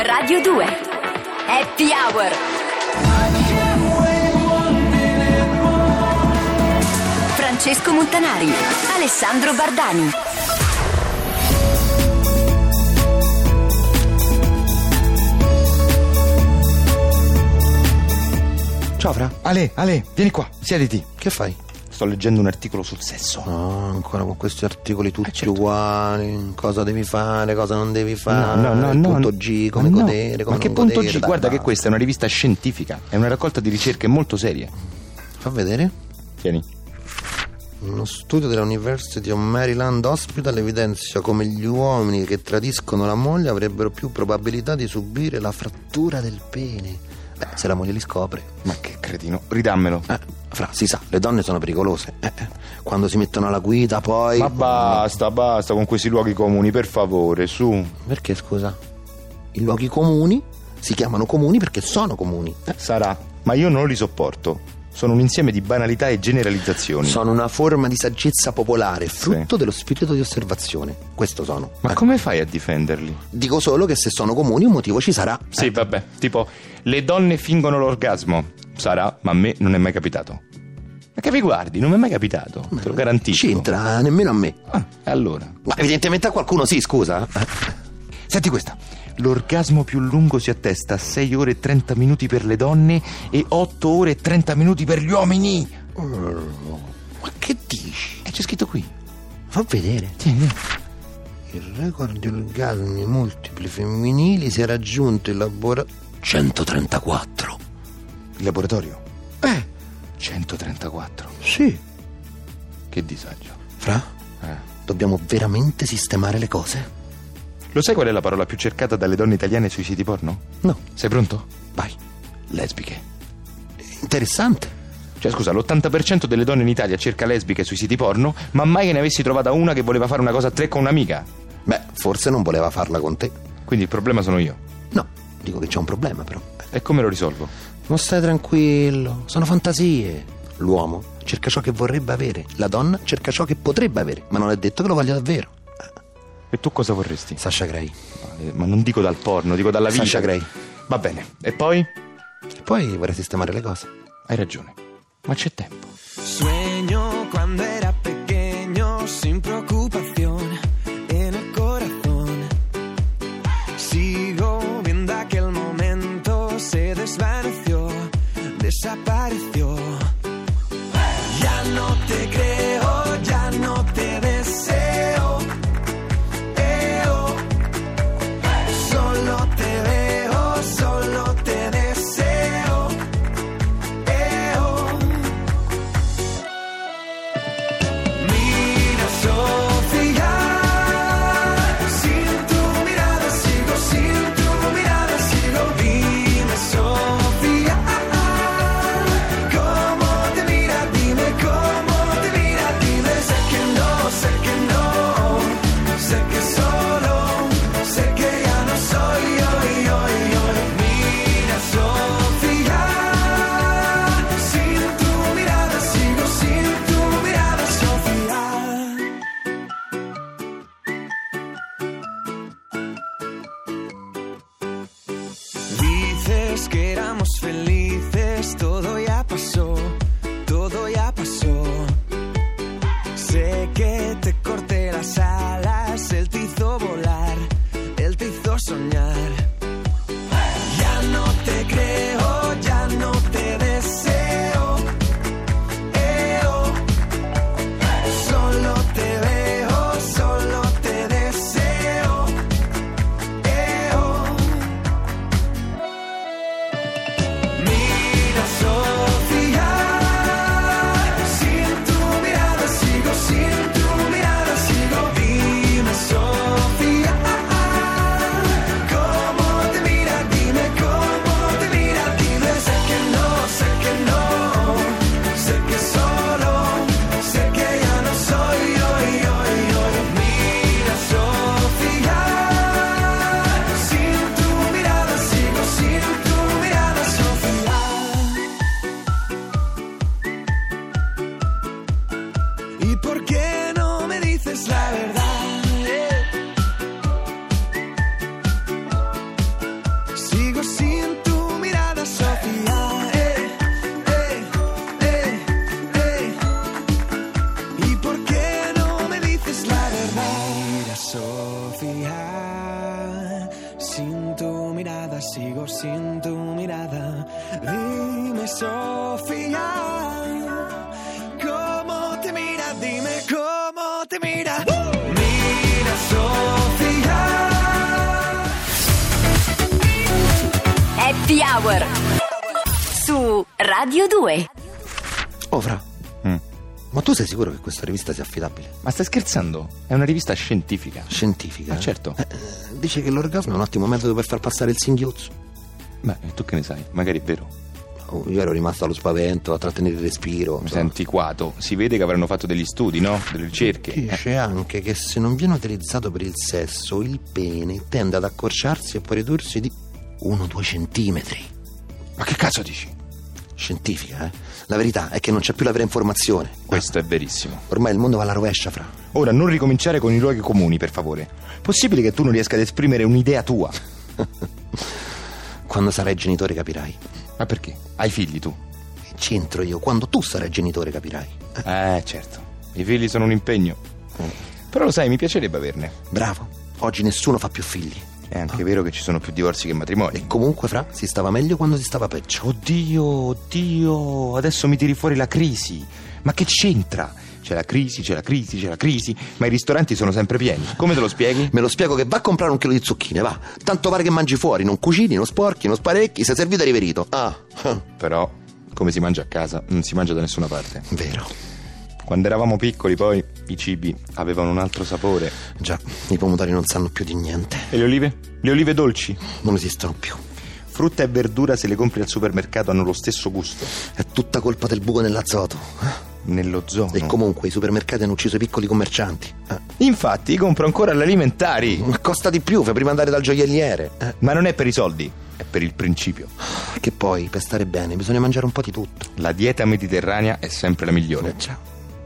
Radio 2 Happy Hour Francesco Montanari Alessandro Bardani Ciao Fra. Ale, Ale, vieni qua, siediti. Che fai? Sto leggendo un articolo sul sesso. Ah, ancora con questi articoli tutti uguali. Cosa devi fare, cosa non devi fare. Ah, certo. no, no, Ah, il no, punto no. G, come Ma no. godere, come Ma che non punto godere, G? dai, Guarda dai. che questa è una rivista scientifica, è una raccolta di ricerche molto serie. Fa vedere. Tieni. Uno studio della University of Maryland Hospital evidenzia come gli uomini che tradiscono la moglie avrebbero più probabilità di subire la frattura del pene. Beh, se la moglie li scopre. Ma che cretino, ridammelo. Eh, fra, si sa, le donne sono pericolose. Eh, eh, quando si mettono alla guida poi... Ma basta, basta con questi luoghi comuni, per favore, su. Perché scusa? I luoghi comuni si chiamano comuni perché sono comuni. Eh? Sarà, ma io non li sopporto. Sono un insieme di banalità e generalizzazioni. Sono una forma di saggezza popolare, frutto dello spirito di osservazione. Questo sono. Ma come fai a difenderli? Dico solo che se sono comuni un motivo ci sarà. Eh, Sì, vabbè, tipo le donne fingono l'orgasmo. Sarà, ma a me non è mai capitato. Ma che vi guardi? Non mi è mai capitato, te lo garantisco. C'entra nemmeno a me. Ah, e allora. Ma evidentemente a qualcuno sì, scusa. Eh? Senti questa. L'orgasmo più lungo si attesta a 6 ore e 30 minuti per le donne e 8 ore e 30 minuti per gli uomini. Ma che dici? E c'è scritto qui. Fa vedere. Il record di orgasmi multipli femminili si è raggiunto in laboratorio. 134. Il laboratorio. Eh, 134. sì. Che disagio. Fra, Eh. dobbiamo veramente sistemare le cose? Lo sai qual è la parola più cercata dalle donne italiane sui siti porno? No. Sei pronto? Vai. Lesbiche. Interessante. Cioè, scusa, l'80% delle donne in Italia cerca lesbiche sui siti porno, ma mai che ne avessi trovata una che voleva fare una cosa a tre con un'amica. Beh, forse non voleva farla con te. Quindi il problema sono io. No, dico che c'è un problema però. E come lo risolvo? Ma stai tranquillo, sono fantasie. L'uomo cerca ciò che vorrebbe avere, la donna cerca ciò che potrebbe avere, ma non è detto che lo voglia davvero. E tu cosa vorresti? Sasha Gray. Eh, Ma non dico dal porno, dico dalla vita. Sasha Grey. Va bene. E poi? Poi vorrei sistemare le cose. Hai ragione. Ma c'è tempo. Sueño cuando era pequeño sin preocupación en el corazón. Sigo viendo aquel momento, se desvaneció, desapareció. Ya no te creo, ya no te deseo. eh, oh. Solo te veo, solo te deseo. eh, oh. Mira, Sofía, sin tu mirada sigo, sin tu mirada sigo. Dime, Sofía, cómo te mira, dime cómo te mira, dime. Sé que no, sé que no, sé que solo, sé que ya no soy hoy, hoy, hoy. Mira, Sofía. Sin tu mirada sigo, sin tu mirada Sofía. Dices que éramos felices, todo ya pasó, todo ya pasó. Sé que te corté las alas, él te hizo volar, él te hizo soñar. Ya no te creo, ya no te deseo. eh, oh. Solo te veo, solo te deseo. eh, oh. Mira, Sofía, sin tu mirada sigo, sin tu mirada sigo. Dime, Sofía, cómo Eh, sola, sigo sin tu mirada. Dime, Sofía, cómo te mira, dime cómo te mira. Mira, Sofía. Happy Hour su Radio 2. Oh, Fra, Mm. ma tu sei sicuro che questa rivista sia affidabile? Ma stai scherzando? È una rivista scientifica. Scientifica? Ma eh? certo. Eh, eh, dice che l'orgasmo è un ottimo metodo per far passare il singhiozzo. Beh, tu che ne sai? Magari è vero. Oh, io ero rimasto allo spavento, a trattenere il respiro. Mi insomma. sei antiquato. Si vede che avranno fatto degli studi, no? Delle ricerche. Eh, Dice anche che se non viene utilizzato per il sesso, il pene tende ad accorciarsi e poi ridursi di 1-2 centimetri. Ma che cazzo dici? Scientifica, eh? La verità è che non c'è più la vera informazione. Questo è verissimo. Ormai il mondo va alla rovescia, Fra. Ora, non ricominciare con i luoghi comuni, per favore. Possibile che tu non riesca ad esprimere un'idea tua? Quando sarai genitore capirai. Ma perché? Hai figli tu? E C'entro io, quando tu sarai genitore capirai. Eh, Mm. certo. I figli sono un impegno. Però lo sai, mi piacerebbe averne. Ah. Bravo, oggi nessuno fa più figli. È anche vero che ci sono più divorzi che matrimoni. E comunque, Fra, si stava meglio quando si stava peggio. Oddio, oddio, adesso mi tiri fuori la crisi. Ma che c'entra? C'è la crisi, c'è la crisi, c'è la crisi, ma i ristoranti sono sempre pieni. Come te lo spieghi? Me lo spiego che va a comprare un chilo di zucchine, va. Tanto pare che mangi fuori, non cucini, non sporchi, non sparecchi, sei servito e riverito. Ah, ah, Però, come si mangia a casa, non si mangia da nessuna parte. vero. Quando eravamo piccoli, poi, i cibi avevano un altro sapore. Già, i pomodori non sanno più di niente, E le olive? Le olive dolci. non esistono più. Frutta e verdura, se le compri al supermercato, hanno lo stesso gusto. È tutta colpa del buco nell'azoto. eh? Nello zono. E comunque i supermercati hanno ucciso i piccoli commercianti. Ah, Infatti, compro ancora l'alimentari. ma costa di più, fai prima andare dal gioielliere. Eh, Ma non è per i soldi, è per il principio. Che poi, per stare bene, bisogna mangiare un po' di tutto. La dieta mediterranea è sempre la migliore. Eh, Già,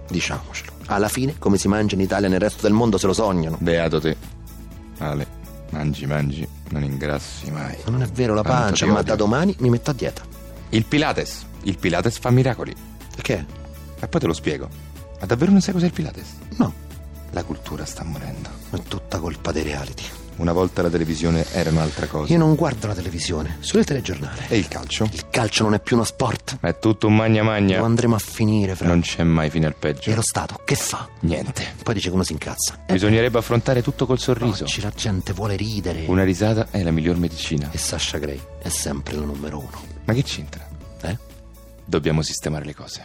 diciamocelo. Alla fine, come si mangia in Italia e nel resto del mondo se lo sognano. Beato te. Ale, mangi, mangi, non ingrassi mai. Ma Ah, non è vero la Tanto pancia, ti ma odio. da domani mi metto a dieta. Il Pilates. Il Pilates fa miracoli. Perché? E poi te lo spiego. Ma davvero non sai cos'è il Pilates? No, La cultura sta morendo. è tutta colpa dei reality. Una volta la televisione era un'altra cosa. Io non guardo la televisione, solo il telegiornale. E il calcio? Il calcio non è più uno sport. È tutto un magna magna. Lo andremo a finire, fra. Non c'è mai fine al E peggio. lo Stato, che fa? Niente. Poi dice che uno si Eh. incazza. Bisognerebbe affrontare tutto col sorriso. Oggi la gente vuole ridere. Una risata è la miglior medicina. E Sasha Gray è sempre la numero uno. Ma che c'entra? Eh? Dobbiamo sistemare le cose.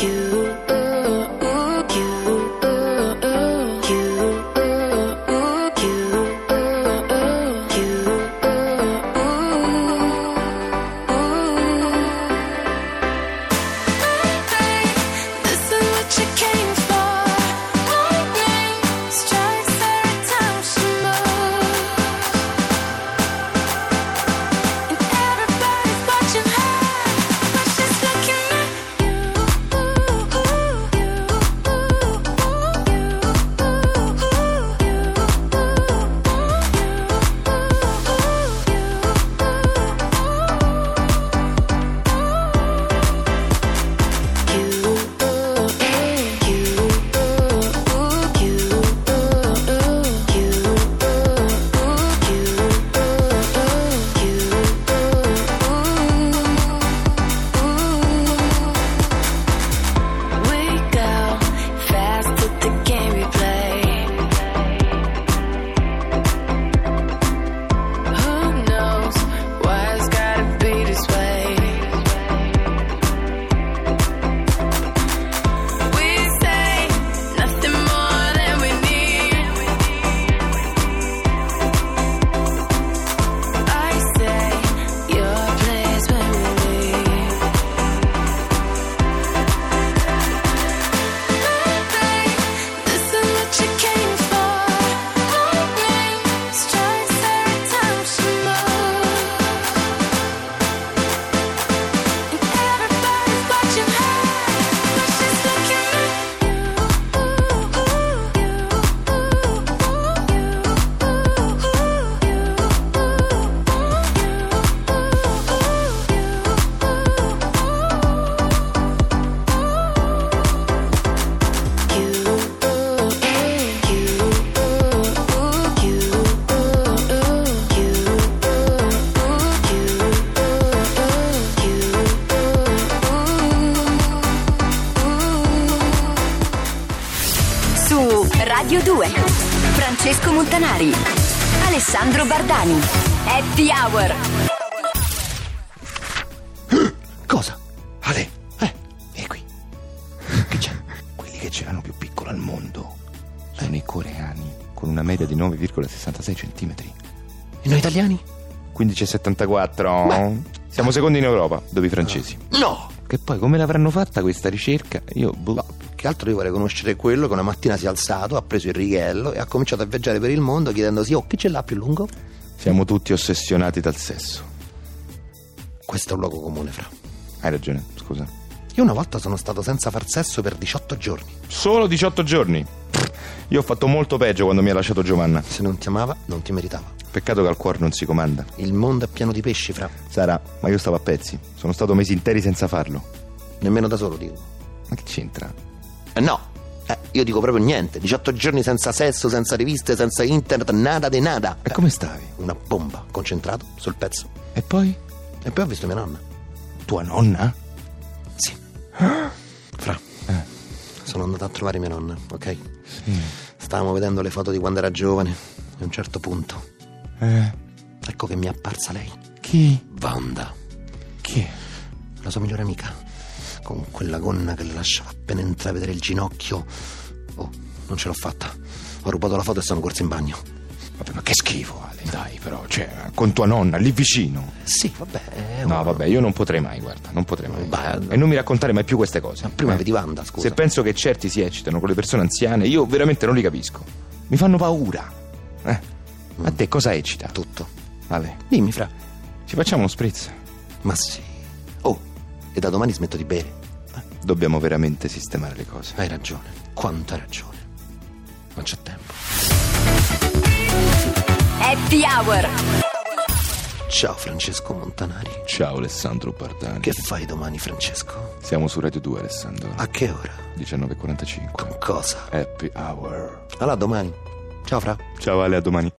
You, you, you, you, you. This is what you came for. Lightning strikes every time she moves, and everybody's watching her, but she's looking at Francesco Montanari, Alessandro Bardani. Happy Hour Cosa? Ale, eh, vieni qui. Che c'è? Quelli che ce l'hanno più piccolo al mondo sono i coreani, con una media di 9,66 cm. E noi italiani? 15,74. Siamo secondi in Europa, dove i francesi. No! Ah. Che poi come l'avranno fatta questa ricerca? Io boh. No, più che altro io vorrei conoscere quello che una mattina si è alzato, ha preso il righello e ha cominciato a viaggiare per il mondo chiedendosi, oh, chi ce l'ha più lungo? Siamo tutti ossessionati dal sesso. Questo è un luogo comune, fra. Hai ragione, scusa. Io una volta sono stato senza far sesso per 18 giorni. Solo 18 giorni. Io ho fatto molto peggio quando mi ha lasciato Giovanna. Se non ti amava, non ti meritava. Peccato che al cuore non si comanda. Il mondo è pieno di pesci, fra. Sara, ma io stavo a pezzi. Sono stato mesi interi senza farlo. Nemmeno da solo, dico. Ma che c'entra? Eh no! Eh, io dico proprio niente. 18 giorni senza sesso, senza riviste, senza internet, nada de nada. Eh, E come stavi? Una bomba, concentrato, sul pezzo. E poi? E poi ho visto mia nonna. Tua nonna? Sì. Fra. Sono andato a trovare mia nonna, ok? Stavamo vedendo le foto di quando era giovane. E a un certo punto, Eh. ecco che mi è apparsa lei. Chi? Wanda, Chi? la sua migliore amica. Con quella gonna che le lasciava appena intravedere il ginocchio. Oh, non ce l'ho fatta. Ho rubato la foto e sono corso in bagno. Vabbè, ma che schifo, Ale, dai, però, cioè, con tua nonna, lì vicino. Sì, vabbè. è No, una- vabbè, io non potrei mai, guarda, non potrei mai. Eh, Beh, E non mi raccontare mai più queste cose. Ma prima eh. vedi Wanda, scusa. Se penso che certi si eccitano con le persone anziane, io veramente non li capisco. Mi fanno paura. Eh. A te cosa eccita? Tutto. Ale, Dimmi, fra. ci facciamo uno spritz? Ma sì. Oh, e da domani smetto di bere. Dobbiamo veramente sistemare le cose. Hai ragione. Quanta ragione. Non c'è tempo. Happy Hour Ciao Francesco Montanari. Ciao Alessandro Bardani. Che fai domani, Francesco? Siamo su Radio 2 Alessandro. A che ora? 19.45. Cosa? Happy Hour. Allora domani. Ciao Fra. Ciao Ale, a domani.